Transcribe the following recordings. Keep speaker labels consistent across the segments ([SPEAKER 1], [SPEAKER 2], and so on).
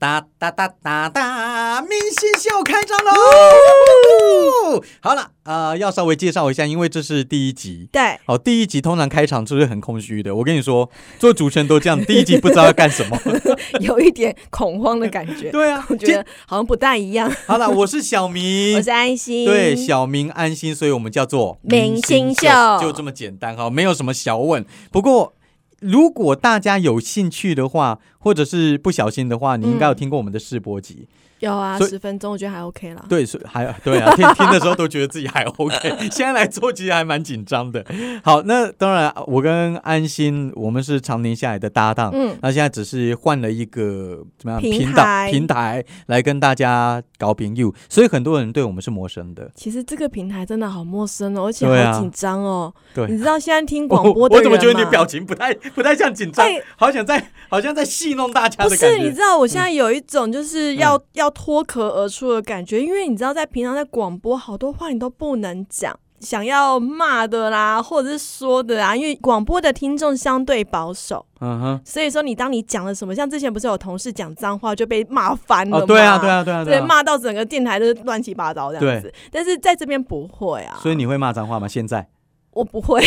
[SPEAKER 1] 哒哒哒哒哒，明星秀开张喽！好了，呃，要稍微介绍一下，因为这是第一集。
[SPEAKER 2] 对，
[SPEAKER 1] 好，第一集通常开场就是很空虚的。我跟你说，做主持人都这样，第一集不知道要干什 么。
[SPEAKER 2] 有一点恐慌的感觉。
[SPEAKER 1] 对啊
[SPEAKER 2] 我，觉得好像不大一样。
[SPEAKER 1] 好了，我是小明，
[SPEAKER 2] 我是安心，
[SPEAKER 1] 对，小明安心，所以我们叫做
[SPEAKER 2] 明星秀
[SPEAKER 1] 就这么简单哈，没有什么小问。不过，如果大家有兴趣的话，或者是不小心的话，你应该
[SPEAKER 2] 嗯
[SPEAKER 1] 有听过我们的试播集，
[SPEAKER 2] 有啊，
[SPEAKER 1] 所以
[SPEAKER 2] 十分钟我觉得还 OK 啦。
[SPEAKER 1] 对，所以还对啊，听听的时候都觉得自己还 OK，现 在来做其实还蛮紧张的。好，那当然，我跟安心，我们是常年下来的搭档，
[SPEAKER 2] 嗯，
[SPEAKER 1] 那现在只是换了一个怎么样
[SPEAKER 2] 平
[SPEAKER 1] 频道
[SPEAKER 2] 台
[SPEAKER 1] 平台来跟大家搞朋友，所以很多人对我们是陌生的。
[SPEAKER 2] 其实这个平台真的好陌生哦，而且
[SPEAKER 1] 对啊
[SPEAKER 2] 好紧张哦。
[SPEAKER 1] 对
[SPEAKER 2] 你知道现在听
[SPEAKER 1] 我
[SPEAKER 2] 广播的
[SPEAKER 1] 我怎么
[SPEAKER 2] 人
[SPEAKER 1] 觉得你
[SPEAKER 2] 嘛
[SPEAKER 1] 表情不太不太像紧张
[SPEAKER 2] 哎，
[SPEAKER 1] 好想在好像在戏弄大家
[SPEAKER 2] 不
[SPEAKER 1] 的感
[SPEAKER 2] 是，你知
[SPEAKER 1] 觉。嗯
[SPEAKER 2] 道我现在有一种就是要、要脱壳而出的感觉，因为你知道在平常在广播好多话你都不能讲，想要骂的啦，或者是说的啊，因为广播的听众相对保守，
[SPEAKER 1] 嗯哼，
[SPEAKER 2] 所以说你当你讲了什么，像之前不是有同事讲脏话就被骂翻了
[SPEAKER 1] 哦，
[SPEAKER 2] 吗？
[SPEAKER 1] 对啊，对。啊，对啊，
[SPEAKER 2] 对，
[SPEAKER 1] 啊。
[SPEAKER 2] 骂到整个电台都是乱七八糟这样子，但是在这边不会啊，
[SPEAKER 1] 所以你会骂脏话吗？现在
[SPEAKER 2] 我 不会，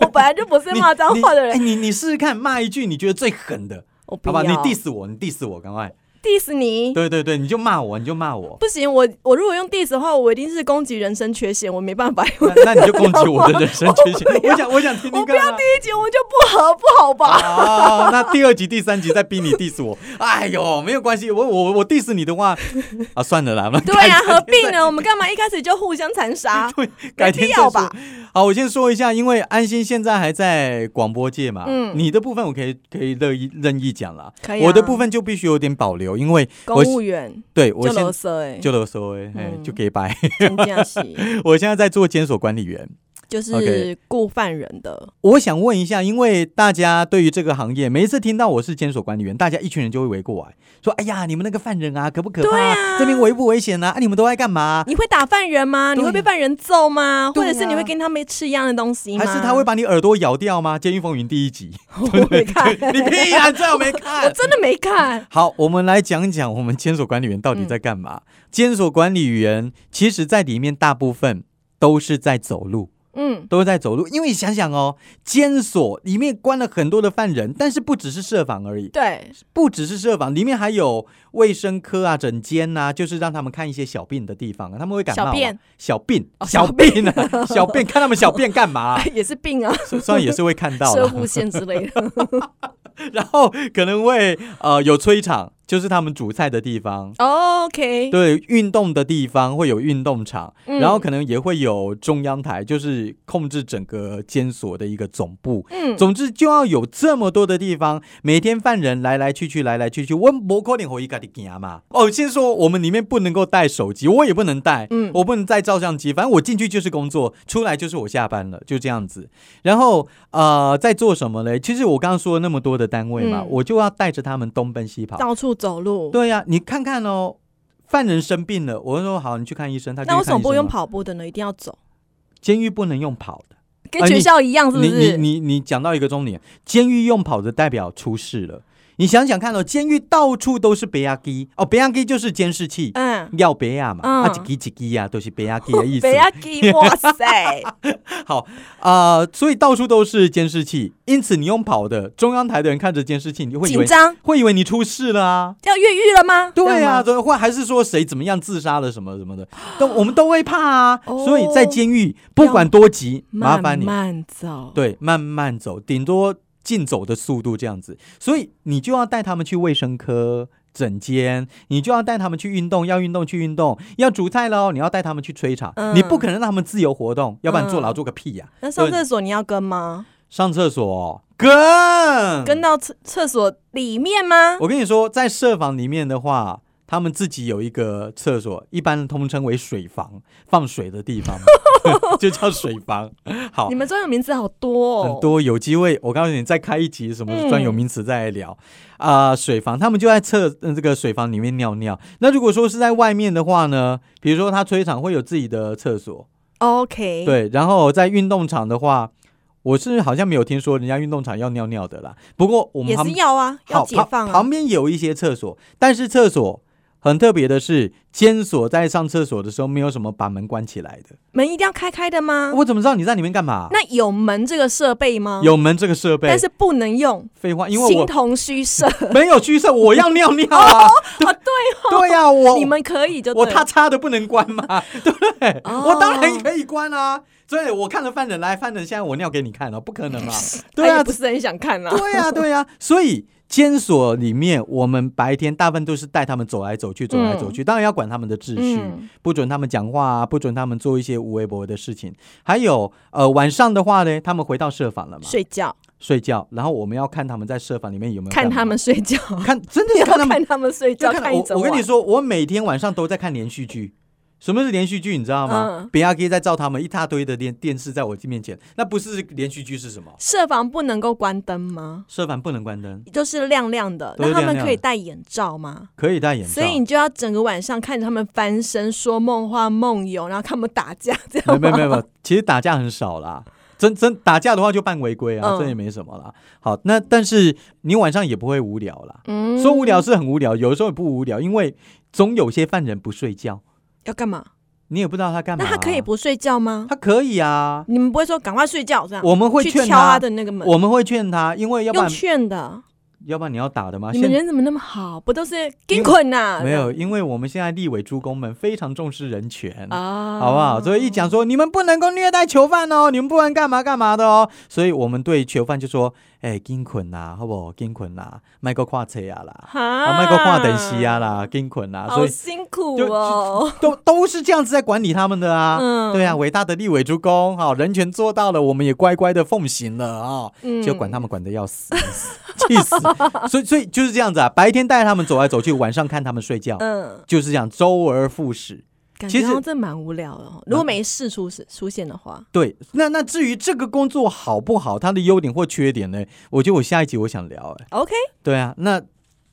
[SPEAKER 2] 我本来就不是骂脏话的
[SPEAKER 1] 哎，
[SPEAKER 2] 人，
[SPEAKER 1] 你你试试看，骂一句你觉得最狠的，
[SPEAKER 2] 我不
[SPEAKER 1] 好吧？
[SPEAKER 2] 要。
[SPEAKER 1] 你 diss 我，你 diss 我，赶快！
[SPEAKER 2] diss 你，
[SPEAKER 1] 对对对，你就骂我，你就骂我，
[SPEAKER 2] 不行，我我如果用 diss 的话，我一定是攻击人生缺陷，我没办法。我
[SPEAKER 1] 那那你就攻击我的人生缺陷。我想我想听听
[SPEAKER 2] 我不
[SPEAKER 1] 看
[SPEAKER 2] 要
[SPEAKER 1] 啊。
[SPEAKER 2] 第一集我就不合，不 好吧？
[SPEAKER 1] 哦，那第二集、第三集再逼你 diss 我，哎呦，没有关系，我我我 diss 你的话，啊，算了啦， 那
[SPEAKER 2] 对啊，何必呢？我们干嘛一开始就互相残杀？
[SPEAKER 1] 改天再
[SPEAKER 2] 没必要
[SPEAKER 1] 说
[SPEAKER 2] 吧。
[SPEAKER 1] 好，我先说一下，因为安心现在还在广播界嘛，
[SPEAKER 2] 嗯
[SPEAKER 1] 你的部分我可以可以乐意任意讲啦，
[SPEAKER 2] 可以啊
[SPEAKER 1] 我的部分就必须有点保留，因为我
[SPEAKER 2] 公务员
[SPEAKER 1] 对我
[SPEAKER 2] 就
[SPEAKER 1] 现
[SPEAKER 2] 啰嗦哎，
[SPEAKER 1] 就啰嗦哎、嘿
[SPEAKER 2] 嗯
[SPEAKER 1] 就给白，
[SPEAKER 2] 真这样洗，
[SPEAKER 1] 我现在在做监所管理员。
[SPEAKER 2] 就是
[SPEAKER 1] OK
[SPEAKER 2] 雇犯人的。
[SPEAKER 1] 我想问一下，因为大家对于这个行业，每一次听到我是监所管理员，大家一群人就会围过来说：“哎呀，你们那个犯人啊，可不可怕、
[SPEAKER 2] 对啊
[SPEAKER 1] 这边危不危险啊？啊，你们都在干嘛啊、
[SPEAKER 2] 你会打犯人吗？
[SPEAKER 1] 对
[SPEAKER 2] 你会被犯人揍吗？
[SPEAKER 1] 对
[SPEAKER 2] 或
[SPEAKER 1] 啊
[SPEAKER 2] 者是你会跟他们吃一样的东西吗？
[SPEAKER 1] 还是 他会把你耳朵咬掉吗？《监狱风云》第一集，
[SPEAKER 2] 我没看，
[SPEAKER 1] 你屁呀、啊！你最好没
[SPEAKER 2] 我
[SPEAKER 1] 看。
[SPEAKER 2] 真的 没看。
[SPEAKER 1] 好，我们来讲讲我们监所管理员到底在干嘛。监所管理员其实在里面大部分都是在走路，
[SPEAKER 2] 嗯，
[SPEAKER 1] 都是在走路。因为你想想哦，监所里面关了很多的犯人，但是不只是设防而已，
[SPEAKER 2] 对，
[SPEAKER 1] 不只是设防，里面还有卫生科啊、诊间呐、就是让他们看一些小病的地方，他们会感冒、
[SPEAKER 2] 小
[SPEAKER 1] 啊。
[SPEAKER 2] 便
[SPEAKER 1] 小病
[SPEAKER 2] 哦，
[SPEAKER 1] 小病 啊，小便，看他们小便干嘛啊、
[SPEAKER 2] 也是病啊，
[SPEAKER 1] 虽虽然也是会看到
[SPEAKER 2] 射
[SPEAKER 1] 啦，
[SPEAKER 2] 物线之类 的。
[SPEAKER 1] 然后可能会呃有吹场，就是他们煮菜的地方。
[SPEAKER 2] 哦 OK，
[SPEAKER 1] 对，运动的地方会有运动场，
[SPEAKER 2] 嗯
[SPEAKER 1] 然后可能也会有中央台，就是控制整个监所的一个总部。
[SPEAKER 2] 嗯，
[SPEAKER 1] 总之就要有这么多的地方，每天犯人来来去去，来来去去，我不可能回一个的行嘛。哦，先说我们里面不能够带手机，我也不能带，
[SPEAKER 2] 嗯
[SPEAKER 1] 我不能带照相机，反正我进去就是工作，出来就是我下班了，就这样子。然后呃，在做什么嘞？其实我刚刚说了那么多的单位嘛，
[SPEAKER 2] 嗯
[SPEAKER 1] 我就要带着他们东奔西跑。
[SPEAKER 2] 到处走路。
[SPEAKER 1] 对呀、你看看哦，犯人生病了，我就说啊好，你去看医生，他就
[SPEAKER 2] 那为
[SPEAKER 1] 去
[SPEAKER 2] 什
[SPEAKER 1] 看
[SPEAKER 2] 么
[SPEAKER 1] 医
[SPEAKER 2] 不
[SPEAKER 1] 生
[SPEAKER 2] 用
[SPEAKER 1] 嘛？
[SPEAKER 2] 跑步的呢？一定要走，
[SPEAKER 1] 监狱不能用跑的。
[SPEAKER 2] 跟
[SPEAKER 1] 啊
[SPEAKER 2] 学
[SPEAKER 1] 你
[SPEAKER 2] 校一样，是不
[SPEAKER 1] 你你
[SPEAKER 2] 是？
[SPEAKER 1] 你你讲到一个重点，监狱用跑的代表出事了。你想想看哦，监狱到处都是贝亚基哦，贝亚基就是监视器，
[SPEAKER 2] 嗯，
[SPEAKER 1] 要贝亚嘛，
[SPEAKER 2] 嗯
[SPEAKER 1] 啊几基几基呀，都是贝亚基的意 思
[SPEAKER 2] 不。要 给，哇塞，
[SPEAKER 1] 啊，所以到处都是监视器，因此你用跑的，中央台的人看着监视器，你就会以
[SPEAKER 2] 紧
[SPEAKER 1] 为
[SPEAKER 2] 张，
[SPEAKER 1] 会以为你出事了啊。
[SPEAKER 2] 要越狱了吗？这
[SPEAKER 1] 对
[SPEAKER 2] 样
[SPEAKER 1] 啊，
[SPEAKER 2] 吗，
[SPEAKER 1] 对，或还是说谁怎么样自杀了什么什么的，都我们都会怕啊。
[SPEAKER 2] 哦
[SPEAKER 1] 所以在监狱不管多急，麻烦你
[SPEAKER 2] 慢慢走，
[SPEAKER 1] 对慢慢走，顶多竞走的速度这样子。所以你就要带他们去卫生科。整间，你就要带他们去运动，要运动去运动，要煮菜喽，你要带他们去吹场，
[SPEAKER 2] 嗯
[SPEAKER 1] 你不可能让他们自由活动，要不然坐牢
[SPEAKER 2] 嗯
[SPEAKER 1] 做个屁呀、
[SPEAKER 2] 那上
[SPEAKER 1] 对
[SPEAKER 2] 厕所你要跟吗？
[SPEAKER 1] 上厕所跟
[SPEAKER 2] 跟到厕厕所里面吗？
[SPEAKER 1] 我跟你说，在社房里面的话，他们自己有一个厕所，一般通称为水房，放水的地方， 就叫水房。好
[SPEAKER 2] 你，们专有名词好多哦，
[SPEAKER 1] 很。多有机会，我告诉你，再开一集什么专有名词再来聊啊、水房，他们就在厕、呃、这个水房里面尿尿。那如果说是在外面的话呢，比如说他吹场会有自己的厕所，
[SPEAKER 2] OK，，
[SPEAKER 1] 对，然后在运动场的话。我是好像没有听说人家运动场要尿尿的啦。不过我们
[SPEAKER 2] 也
[SPEAKER 1] 旁
[SPEAKER 2] 是要啊，要
[SPEAKER 1] 好
[SPEAKER 2] 解
[SPEAKER 1] 旁
[SPEAKER 2] 放啊。
[SPEAKER 1] 旁边有一些厕所，但是厕所很特别的是，监所在上厕所的时候没有什么把门关起来的。
[SPEAKER 2] 门一定要开开的吗？
[SPEAKER 1] 我怎么知道你在里面干嘛？
[SPEAKER 2] 那有门这个设备吗？，
[SPEAKER 1] 有门这个设备
[SPEAKER 2] 但，是不能用，
[SPEAKER 1] 废话，因为
[SPEAKER 2] 形
[SPEAKER 1] 我
[SPEAKER 2] 同虚设。
[SPEAKER 1] 没有虚设，我要尿尿啊！
[SPEAKER 2] 哦，对，
[SPEAKER 1] 对呀、我
[SPEAKER 2] 你们可以就
[SPEAKER 1] 我
[SPEAKER 2] 对
[SPEAKER 1] 他
[SPEAKER 2] 了
[SPEAKER 1] 叉的不能关嘛，对不对？
[SPEAKER 2] 哦
[SPEAKER 1] 我当然可以关啊！所以我看了犯人来，犯人现在我尿给你看了，不可能嘛？对
[SPEAKER 2] 哎他
[SPEAKER 1] 啊
[SPEAKER 2] 也，不是很想看啊。
[SPEAKER 1] 对呀、对呀、所以监所里面，我们白天大部分都是带他们走来走去，走来走去，当然要管他们的秩序，
[SPEAKER 2] 嗯
[SPEAKER 1] 不准他们讲话啊，不准他们做一些无微博的事情。还有，呃，晚上的话呢，他们回到社房了嘛，
[SPEAKER 2] 睡觉，
[SPEAKER 1] 睡觉，然后我们要看他们在社房里面有没有
[SPEAKER 2] 看
[SPEAKER 1] 干嘛
[SPEAKER 2] 他们睡觉，
[SPEAKER 1] 看，真嗯 的要看他们
[SPEAKER 2] 看他们睡
[SPEAKER 1] 就
[SPEAKER 2] 觉，
[SPEAKER 1] 看
[SPEAKER 2] 看一整
[SPEAKER 1] 我我
[SPEAKER 2] 晚。
[SPEAKER 1] 跟你说，我每天晚上都在看连续剧。什么是连续剧？你知道吗
[SPEAKER 2] 嗯？
[SPEAKER 1] 比亚 K 在照他们一大堆的电电视在我面前，那不是连续剧是什么？
[SPEAKER 2] 设防不能够关灯吗？
[SPEAKER 1] 设防不能关灯，
[SPEAKER 2] 就是亮亮的，
[SPEAKER 1] 都是
[SPEAKER 2] 那他
[SPEAKER 1] 亮
[SPEAKER 2] 们
[SPEAKER 1] 亮
[SPEAKER 2] 可以
[SPEAKER 1] 的
[SPEAKER 2] 戴眼罩吗？
[SPEAKER 1] 可以戴眼罩。
[SPEAKER 2] 所以你就要整个晚上看着他们翻身、说梦话、梦游，然后看他们打 架，这样
[SPEAKER 1] 没没
[SPEAKER 2] 吗
[SPEAKER 1] 没没，其实打架很少啦。真真打架的话就办违规啊，
[SPEAKER 2] 嗯
[SPEAKER 1] 这也没什么啦。好，那但是你晚上也不会无聊啦。
[SPEAKER 2] 嗯
[SPEAKER 1] 说无聊是很无聊，有的时候也不无聊，因为总有些犯人不睡觉，
[SPEAKER 2] 要干嘛？
[SPEAKER 1] 你也不知道他干嘛
[SPEAKER 2] 那
[SPEAKER 1] 啊、
[SPEAKER 2] 他可以不睡觉吗？
[SPEAKER 1] 他可以啊，
[SPEAKER 2] 你们不会说赶快睡觉这样？
[SPEAKER 1] 我们会
[SPEAKER 2] 去
[SPEAKER 1] 劝
[SPEAKER 2] 敲他的那个门，
[SPEAKER 1] 我们会劝他，因为要不
[SPEAKER 2] 用
[SPEAKER 1] 然
[SPEAKER 2] 劝的。
[SPEAKER 1] 要不然你要打的嘛。
[SPEAKER 2] 你
[SPEAKER 1] 现
[SPEAKER 2] 们人怎么那么好？不都是跟困呐？
[SPEAKER 1] 没有，因为我们现在立委诸公们非常重视人权。
[SPEAKER 2] 啊，
[SPEAKER 1] 好不好？所以一讲说你们不能够虐待囚犯哦，你们不能干嘛干嘛的哦。所以我们对囚犯就说：“哎、紧捆啦，好不好？紧捆啦，卖个跨车啊啦，
[SPEAKER 2] 哈，
[SPEAKER 1] 啊，卖个跨等西啊啦，紧捆啦。”所
[SPEAKER 2] 好
[SPEAKER 1] 以
[SPEAKER 2] 辛苦
[SPEAKER 1] 就
[SPEAKER 2] 哦。
[SPEAKER 1] 都都是这样子在管理他们的啊。
[SPEAKER 2] 嗯
[SPEAKER 1] 对啊，，伟大的立委诸公，好，人权做到了，我们也乖乖的奉行了啊、
[SPEAKER 2] 嗯
[SPEAKER 1] 就管他们管的要死， 气死！所以所以就是这样子啊，白天带他们走来走去，晚上看他们睡觉，
[SPEAKER 2] 嗯，
[SPEAKER 1] 就是这样，周而复始。
[SPEAKER 2] 感
[SPEAKER 1] 其
[SPEAKER 2] 觉
[SPEAKER 1] 实
[SPEAKER 2] 好像真蛮无聊的哦。如果没事出出现的话，
[SPEAKER 1] 对，那那至于这个工作好不好，它的优点或缺点呢？我觉得我下一集我想聊、哎，
[SPEAKER 2] OK，
[SPEAKER 1] 对啊，那。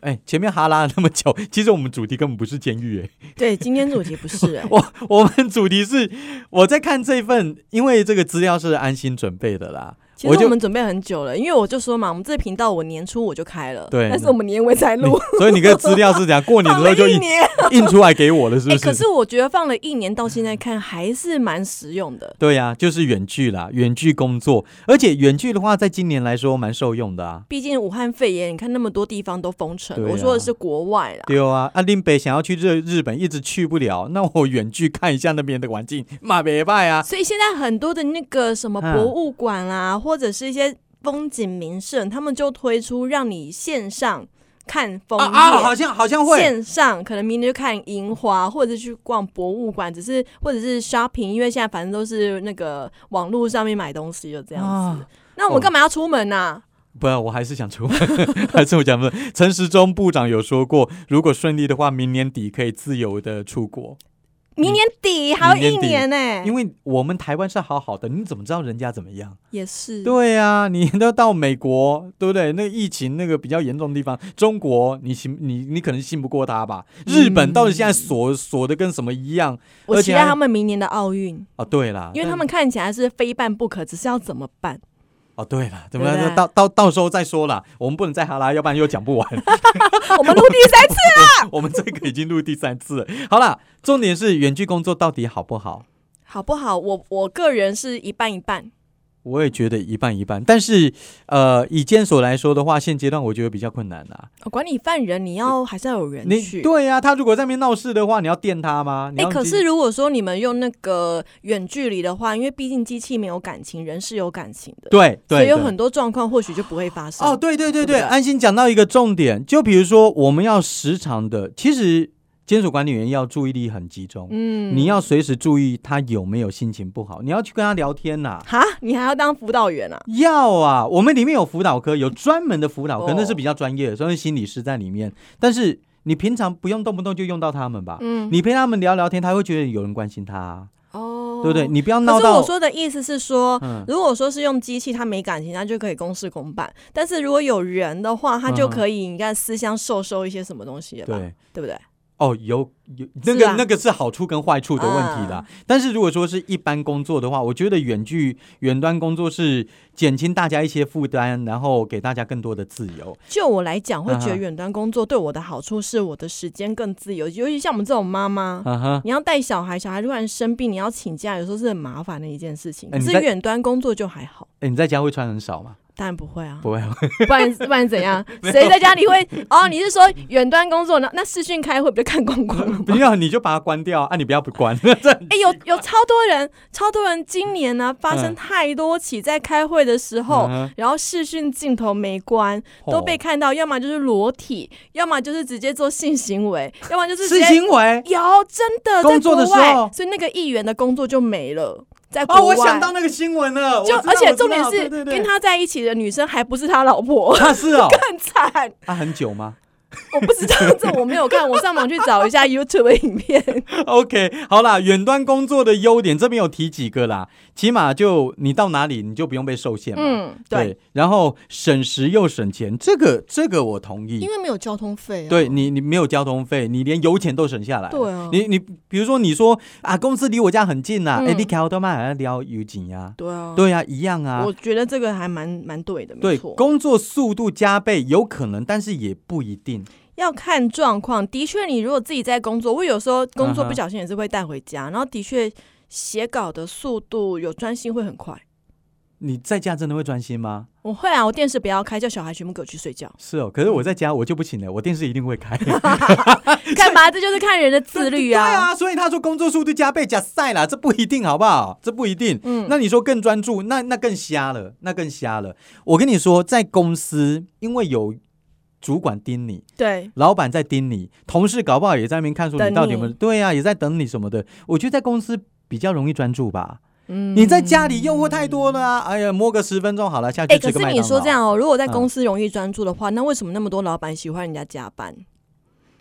[SPEAKER 1] 哎，前面哈拉了那么久，其实我们主题根本不是监狱，哎，，
[SPEAKER 2] 对，今天主题不是哎
[SPEAKER 1] 我 我们主题是我在看这份，因为这个资料是安心准备的啦，
[SPEAKER 2] 其
[SPEAKER 1] 我
[SPEAKER 2] 实
[SPEAKER 1] 就
[SPEAKER 2] 我们准备很久了，因为我就说嘛，我们这频道我年初我就开了，
[SPEAKER 1] 对
[SPEAKER 2] 但是我们年尾才录，
[SPEAKER 1] 你所以你个资料是讲过年
[SPEAKER 2] 放
[SPEAKER 1] 之后
[SPEAKER 2] 了
[SPEAKER 1] 就
[SPEAKER 2] 一
[SPEAKER 1] 印
[SPEAKER 2] 年。
[SPEAKER 1] 印出来给我 了，是
[SPEAKER 2] 哦哎、
[SPEAKER 1] 不
[SPEAKER 2] 可是我觉得放了一年到现在看还是蛮实用的。
[SPEAKER 1] 对呀、就是远距啦，远距工作，而且远距的话，在今年来说蛮受用的啊。
[SPEAKER 2] 毕竟武汉肺炎，你看那么多地方都封城了，
[SPEAKER 1] 对啊
[SPEAKER 2] 我说的是国外啦。
[SPEAKER 1] 对啊，啊林北想要去日日本，一直去不了，那我远距看一下那边的环境，嘛别拜啊。
[SPEAKER 2] 所以现在很多的那个什么
[SPEAKER 1] 嗯
[SPEAKER 2] 博物馆啊，或者是一些风景名胜，他们就推出让你线上看枫叶。
[SPEAKER 1] 啊啊，好像好像会，
[SPEAKER 2] 线上可能明天就看樱花，或者是去逛博物馆，只是或者是 shopping，因为现在反正都是那个网络上面买东西就这样子。
[SPEAKER 1] 啊
[SPEAKER 2] 那我们干嘛要出门啊呐、
[SPEAKER 1] 不，我还是想出门， 还是我想问，陈时中部长有说过，如果顺利的话，明年底可以自由的出国，
[SPEAKER 2] 明年底还有一年呢、
[SPEAKER 1] 因为我们台湾是好好的，你怎么知道人家怎么样？
[SPEAKER 2] 也是。
[SPEAKER 1] 对呀、你都到美国，对不对？那个疫情那个比较严重的地方，中国你信你你可能信不过他吧？
[SPEAKER 2] 嗯
[SPEAKER 1] 日本到底现在锁锁的跟什么一样？
[SPEAKER 2] 我
[SPEAKER 1] 而
[SPEAKER 2] 期
[SPEAKER 1] 且
[SPEAKER 2] 待
[SPEAKER 1] 还
[SPEAKER 2] 他们明年的奥运，
[SPEAKER 1] 哦，对啦，
[SPEAKER 2] 因为
[SPEAKER 1] 但
[SPEAKER 2] 他们看起来是非办不可，只是要怎么 办？
[SPEAKER 1] 哦，对啦，怎
[SPEAKER 2] 对
[SPEAKER 1] 么
[SPEAKER 2] 不对
[SPEAKER 1] 样？到到到时候再说啦，我们不能再哈拉，要不然又讲 不完。
[SPEAKER 2] 我们陆地三次，
[SPEAKER 1] 我们这个已经录第三次了。好啦，重点是远距工作到底好不好？
[SPEAKER 2] 好不好？我我个人是一半一半，
[SPEAKER 1] 我也觉得一半一半，但是呃，以监所来说的话，现阶段我觉得比较困难啦。
[SPEAKER 2] 我哦管你犯人，你要还是要有人去。
[SPEAKER 1] 你对呀、啊他如果在那边闹事的话，你要电他吗？你
[SPEAKER 2] 哎、
[SPEAKER 1] 要
[SPEAKER 2] 可
[SPEAKER 1] 去
[SPEAKER 2] 是如果说你们用那个远距离的话，因为毕竟机器没有感情，人是有感情的，
[SPEAKER 1] 对对，
[SPEAKER 2] 所以有
[SPEAKER 1] 对
[SPEAKER 2] 很多状况或许就不会发生。
[SPEAKER 1] 哦，，对对对
[SPEAKER 2] 对不
[SPEAKER 1] 对，
[SPEAKER 2] 对
[SPEAKER 1] 安心讲到一个重点，就比如说我们要时常的，其实监所管理员要注意力很集中，
[SPEAKER 2] 嗯
[SPEAKER 1] 你要随时注意他有没有心情不好，你要去跟他聊天呐、
[SPEAKER 2] 哈，你还要当辅导员啊？
[SPEAKER 1] 要啊，我们里面有辅导科，有专门的辅导科，
[SPEAKER 2] 哦
[SPEAKER 1] 那是比较专业的，所以心理师在里面。但是你平常不用动不动就用到他们吧，
[SPEAKER 2] 嗯，
[SPEAKER 1] 你陪他们聊聊天，他会觉得有人关心他啊、
[SPEAKER 2] 哦，
[SPEAKER 1] 对不对？？你不要闹
[SPEAKER 2] 可是
[SPEAKER 1] 到
[SPEAKER 2] 我说的意思是说，
[SPEAKER 1] 嗯。
[SPEAKER 2] 如果说是用机器，它没感情，那就可以公事公办；但是如果有人的话，它就可以你看私相授受一些什么东西了吧？
[SPEAKER 1] 嗯对，
[SPEAKER 2] 对不对？
[SPEAKER 1] 哦，有有那
[SPEAKER 2] 是
[SPEAKER 1] 个、
[SPEAKER 2] 啊嗯
[SPEAKER 1] 那个是好处跟坏处的问题啦。但是如果说是一般工作的话，我觉得远距远端工作是减轻大家一些负担，然后给大家更多的自由。
[SPEAKER 2] 就我来讲，会觉
[SPEAKER 1] 啊哈
[SPEAKER 2] 得远端工作对我的好处是我的时间更自由，尤其像我们这种妈妈。
[SPEAKER 1] 嗯 哼，
[SPEAKER 2] 你要带小孩，小孩突然生病，你要请假，有时候是很麻烦的一件事情。
[SPEAKER 1] 哎
[SPEAKER 2] 可
[SPEAKER 1] 你
[SPEAKER 2] 是
[SPEAKER 1] 在
[SPEAKER 2] 远端工作就还好，
[SPEAKER 1] 诶你在家会穿很少吗？
[SPEAKER 2] 当然不 会啊，
[SPEAKER 1] 不会，
[SPEAKER 2] 不然不然 怎样？谁在家里会？哦，你是说远端工作呢？那视讯开会不就看光光了吗？
[SPEAKER 1] 不要你就把它关掉啊！你不要不关，
[SPEAKER 2] 哎、有有超多人，超多人今年呢、发
[SPEAKER 1] 嗯
[SPEAKER 2] 生太多起在开会的时候，
[SPEAKER 1] 嗯哦哼
[SPEAKER 2] 然后视讯镜头没关，哦都被看到，要么就是裸体，要么就是直接做性行为，要么就是直
[SPEAKER 1] 是
[SPEAKER 2] 接
[SPEAKER 1] 行为
[SPEAKER 2] 有真的
[SPEAKER 1] 工作的
[SPEAKER 2] 在国
[SPEAKER 1] 时候
[SPEAKER 2] 外，所以那个议员的工作就没了，在国
[SPEAKER 1] 哦，
[SPEAKER 2] 外。
[SPEAKER 1] 我想到那个新闻了，
[SPEAKER 2] 就
[SPEAKER 1] 哦我知道
[SPEAKER 2] 而且
[SPEAKER 1] 我知道
[SPEAKER 2] 重点是
[SPEAKER 1] 对对对
[SPEAKER 2] 跟他在一起的女生还不是他老婆，
[SPEAKER 1] 啊是哦，
[SPEAKER 2] 很惨。
[SPEAKER 1] 啊很久吗？
[SPEAKER 2] 我不知道这我没有看，我上网去找一下 YouTube 的影片。
[SPEAKER 1] OK，好啦，远端工作的优点这边有提几个啦，起码就你到哪里你就不用被受限嘛。
[SPEAKER 2] 嗯，对，
[SPEAKER 1] 然后省时又省钱，这个这个我同意
[SPEAKER 2] 因。为没有交通费、啊。
[SPEAKER 1] 对你，你没有交通费，你连油钱都省下来了。
[SPEAKER 2] 对啊
[SPEAKER 1] 你你比如说你说啊，公司离我家很近呐、啊，
[SPEAKER 2] 嗯
[SPEAKER 1] 哎、你开奥特曼还要撩油钱呀、
[SPEAKER 2] 对啊，
[SPEAKER 1] 对呀、一样啊
[SPEAKER 2] 我。觉得这个还蛮蛮对的，没
[SPEAKER 1] 对，
[SPEAKER 2] 错。
[SPEAKER 1] 工作速度加倍有可能，但是也不一定。
[SPEAKER 2] 要看状况，的确，你如果自己在工作，我有时候工
[SPEAKER 1] 嗯
[SPEAKER 2] 作
[SPEAKER 1] 哼
[SPEAKER 2] 不小心也是会带回
[SPEAKER 1] 嗯
[SPEAKER 2] 家，然后的确写稿的速度有专心会很快。
[SPEAKER 1] 你在家真的会专心吗？。
[SPEAKER 2] 我会啊，我电视不要开，叫小孩全部给我去睡觉
[SPEAKER 1] 是哦，可是
[SPEAKER 2] 嗯
[SPEAKER 1] 我在家我就不行了，我电视一定会开。
[SPEAKER 2] 干嘛？这就是看人的 自律
[SPEAKER 1] 对
[SPEAKER 2] 啊。
[SPEAKER 1] 啊，所以他说工作速度加倍加赛啦，这不一定好不好？这不一定。
[SPEAKER 2] 嗯
[SPEAKER 1] 那你说更专注，那那更瞎了，那更瞎了。我跟你说，在公司，因为有主管盯你，
[SPEAKER 2] 对，
[SPEAKER 1] 老板在盯你，同事搞不好也在那边看说你
[SPEAKER 2] 等
[SPEAKER 1] 到底有没有
[SPEAKER 2] 你
[SPEAKER 1] 对啊，也在等你什么的。我觉得在公司比较容易专注吧。
[SPEAKER 2] 嗯
[SPEAKER 1] 你在家里诱惑太多了啊！哎呀，摸个十分钟好了，下去
[SPEAKER 2] 哎、
[SPEAKER 1] 吃
[SPEAKER 2] 可
[SPEAKER 1] 个麦当劳。
[SPEAKER 2] 是你说这样哦，如果在
[SPEAKER 1] 嗯
[SPEAKER 2] 公司容易专注的话，那为什么那么多老板喜欢人家加班？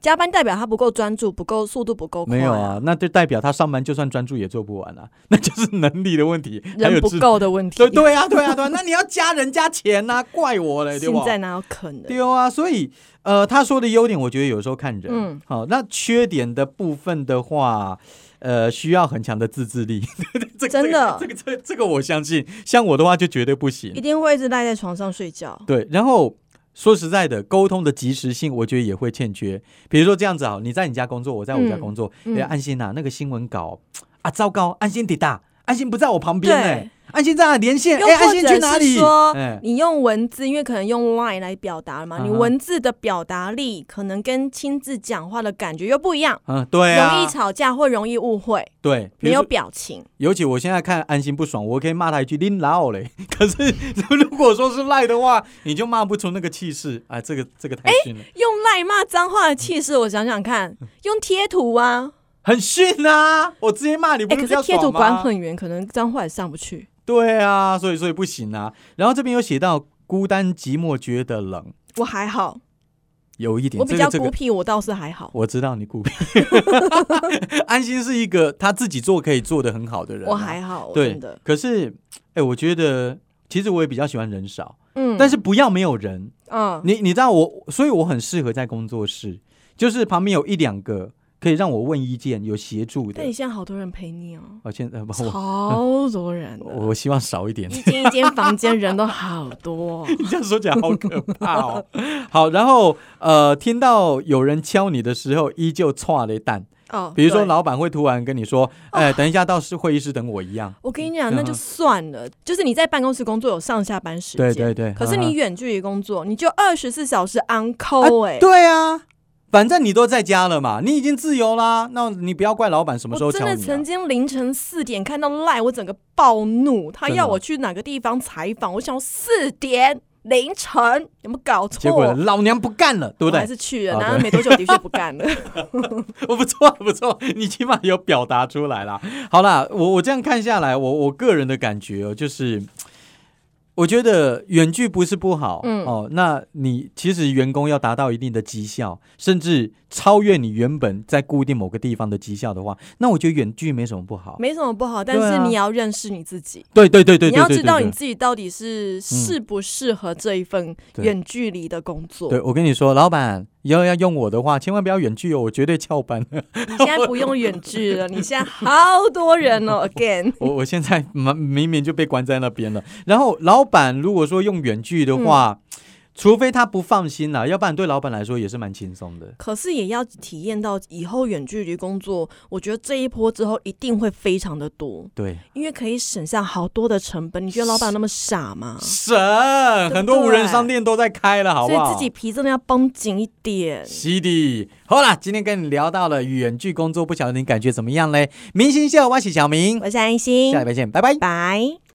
[SPEAKER 2] 加班代表他不够专注，不够速度不够快、
[SPEAKER 1] 没有啊？，那就代表他上班就算专注也做不完啊， 那就是能力的问题，还有
[SPEAKER 2] 人不
[SPEAKER 1] 智
[SPEAKER 2] 够的问题。
[SPEAKER 1] 对对啊，对啊，对啊，那你要加人家钱呐、怪我 嘞，对
[SPEAKER 2] 现
[SPEAKER 1] 吧？
[SPEAKER 2] 在哪有可能？
[SPEAKER 1] 对啊，所以呃，他说的优点，我觉得有时候看人。
[SPEAKER 2] 嗯，
[SPEAKER 1] 好，那缺点的部分的话，呃，需要很强的自制力。 这个
[SPEAKER 2] 真的
[SPEAKER 1] 这个这个这个这个我相信，像我的话就绝对不
[SPEAKER 2] 一
[SPEAKER 1] 行。
[SPEAKER 2] 定会一直赖在床上睡觉。
[SPEAKER 1] 对，然后。说实在的，沟通的及时性，我觉得也会欠缺。比如说这样子啊，你在你家工作，我在我家
[SPEAKER 2] 嗯
[SPEAKER 1] 工作。哎、
[SPEAKER 2] 嗯
[SPEAKER 1] 安心呐、那个新闻稿啊，糟糕，安心抵达，安心不在我旁边
[SPEAKER 2] 对
[SPEAKER 1] 哎、安心在哪连线？
[SPEAKER 2] 又
[SPEAKER 1] 哎、安
[SPEAKER 2] 或
[SPEAKER 1] 心去哪
[SPEAKER 2] 者
[SPEAKER 1] 里？
[SPEAKER 2] 是说
[SPEAKER 1] 哎，
[SPEAKER 2] 你用文字，因为可能用 Line 来表达嘛，你
[SPEAKER 1] 嗯哼
[SPEAKER 2] 文字的表达力可能跟亲自讲话的感觉又不一样，
[SPEAKER 1] 嗯，对啊，
[SPEAKER 2] 容易吵架或容易误会，
[SPEAKER 1] 对，比
[SPEAKER 2] 没
[SPEAKER 1] 如
[SPEAKER 2] 有
[SPEAKER 1] 说，
[SPEAKER 2] 表情。
[SPEAKER 1] 尤其我现在看安心不爽，我可以骂他一句“拎老嘞”， 可是如果说是赖的话，你就骂不出那个气势啊，这个这个太逊了，
[SPEAKER 2] 用 Line 骂脏话的气势，我想想看，用贴图啊，
[SPEAKER 1] 很逊啊！我直接骂你不
[SPEAKER 2] 哎、
[SPEAKER 1] 是
[SPEAKER 2] 可
[SPEAKER 1] 比较
[SPEAKER 2] 是贴
[SPEAKER 1] 爽
[SPEAKER 2] 图管
[SPEAKER 1] 吗？
[SPEAKER 2] 很远，可能脏话也上不去。
[SPEAKER 1] 对啊，所以所以不行啊。然后这边有写到孤单寂寞觉得冷，
[SPEAKER 2] 我还好，
[SPEAKER 1] 有一点，
[SPEAKER 2] 我比较
[SPEAKER 1] 这个这
[SPEAKER 2] 孤
[SPEAKER 1] 个
[SPEAKER 2] 僻，我倒是还好，
[SPEAKER 1] 我知道你孤僻， 安心是一个他自己做可以做得很好的人啊、
[SPEAKER 2] 我还好，我
[SPEAKER 1] 对
[SPEAKER 2] 真的，，
[SPEAKER 1] 可是哎、我觉得其实我也比较喜欢人少，
[SPEAKER 2] 嗯，
[SPEAKER 1] 但
[SPEAKER 2] 是
[SPEAKER 1] 是不要没有人。
[SPEAKER 2] 嗯，
[SPEAKER 1] 你你知道我，所以我很适合在工作室，就是旁边有一两个可以让我问意见、有协助的
[SPEAKER 2] 但你。现在好多人陪你哦，
[SPEAKER 1] 我现在呃不 我
[SPEAKER 2] 超多人 的、
[SPEAKER 1] 我希望少一点。
[SPEAKER 2] 一间一间房间人都好多，
[SPEAKER 1] 你 这样说起来好可怕哦。好，然后呃，听到有人敲你的时候，依旧歘了一蛋。
[SPEAKER 2] 哦，
[SPEAKER 1] 比如说
[SPEAKER 2] 对，哦
[SPEAKER 1] 老板会突然跟你说：“哎、等一下到是会议室等我一样。
[SPEAKER 2] 我跟你讲，
[SPEAKER 1] 嗯
[SPEAKER 2] 那就算了，就是你在办公室工作有上下班”时间，
[SPEAKER 1] 对对对。
[SPEAKER 2] 可是你
[SPEAKER 1] 嗯
[SPEAKER 2] 远距离工作，你就二十四小时 on call 哎、
[SPEAKER 1] 哼对啊，反正你都在家了嘛，你已经自由啦，那你不要怪老板什么时候
[SPEAKER 2] 我真
[SPEAKER 1] 敲你、
[SPEAKER 2] 的
[SPEAKER 1] 啊。
[SPEAKER 2] 曾经凌晨四点看到赖，我整个暴怒，他
[SPEAKER 1] 真的
[SPEAKER 2] 要
[SPEAKER 1] 吗
[SPEAKER 2] 我去哪个地方采访，我想四点凌晨有没有搞错？
[SPEAKER 1] 结果老娘不干了，对不
[SPEAKER 2] 我
[SPEAKER 1] 对
[SPEAKER 2] 还？是去了，
[SPEAKER 1] 啊
[SPEAKER 2] 然后
[SPEAKER 1] 对
[SPEAKER 2] 没多久的确不干 了。
[SPEAKER 1] 我不错不错，你起码有表达出来啦。好啦，我我这样看下来，我我个人的感觉哦，就是我觉得远距不是不好，
[SPEAKER 2] 嗯
[SPEAKER 1] 哦，那你其实员工要达到一定的绩效，甚至超越你原本在固定某个地方的绩效的话，那我觉得远距没什么不好。
[SPEAKER 2] 没什么不好，但
[SPEAKER 1] 对啊
[SPEAKER 2] 是你要认识你自己，
[SPEAKER 1] 对对对对
[SPEAKER 2] 你
[SPEAKER 1] 对
[SPEAKER 2] 要
[SPEAKER 1] 对
[SPEAKER 2] 知道你
[SPEAKER 1] 对嗯
[SPEAKER 2] 自己到底是适不适合这一份
[SPEAKER 1] 对
[SPEAKER 2] 远距离的工作。
[SPEAKER 1] 对，我跟你说，老板，要要用我的话，千万不要远距哦，我绝对翘班。
[SPEAKER 2] 你现在不用远距了，你现在好多 人哦，again。
[SPEAKER 1] 我我现在明明明就被关在那边了。然后老板如果说用远距的话，除非他不放心啦，要不然对老板来说也是蛮轻松的。
[SPEAKER 2] 可是也要体验到以后远距离工作，我觉得这一波之后一定会非常的多，
[SPEAKER 1] 对，
[SPEAKER 2] 因为可以省下好多的成本。你觉得老板那么傻吗？
[SPEAKER 1] 神，
[SPEAKER 2] 对
[SPEAKER 1] 很多无人商店都在开了，好
[SPEAKER 2] 所
[SPEAKER 1] 不好？
[SPEAKER 2] 以自己皮真的要绷紧一点。
[SPEAKER 1] 是的，好啦，今天跟你聊到了远距工作，不晓得你感觉怎么样嘞？明星秀，我是小明，
[SPEAKER 2] 我是安心
[SPEAKER 1] 下，礼拜见，拜拜。
[SPEAKER 2] 拜。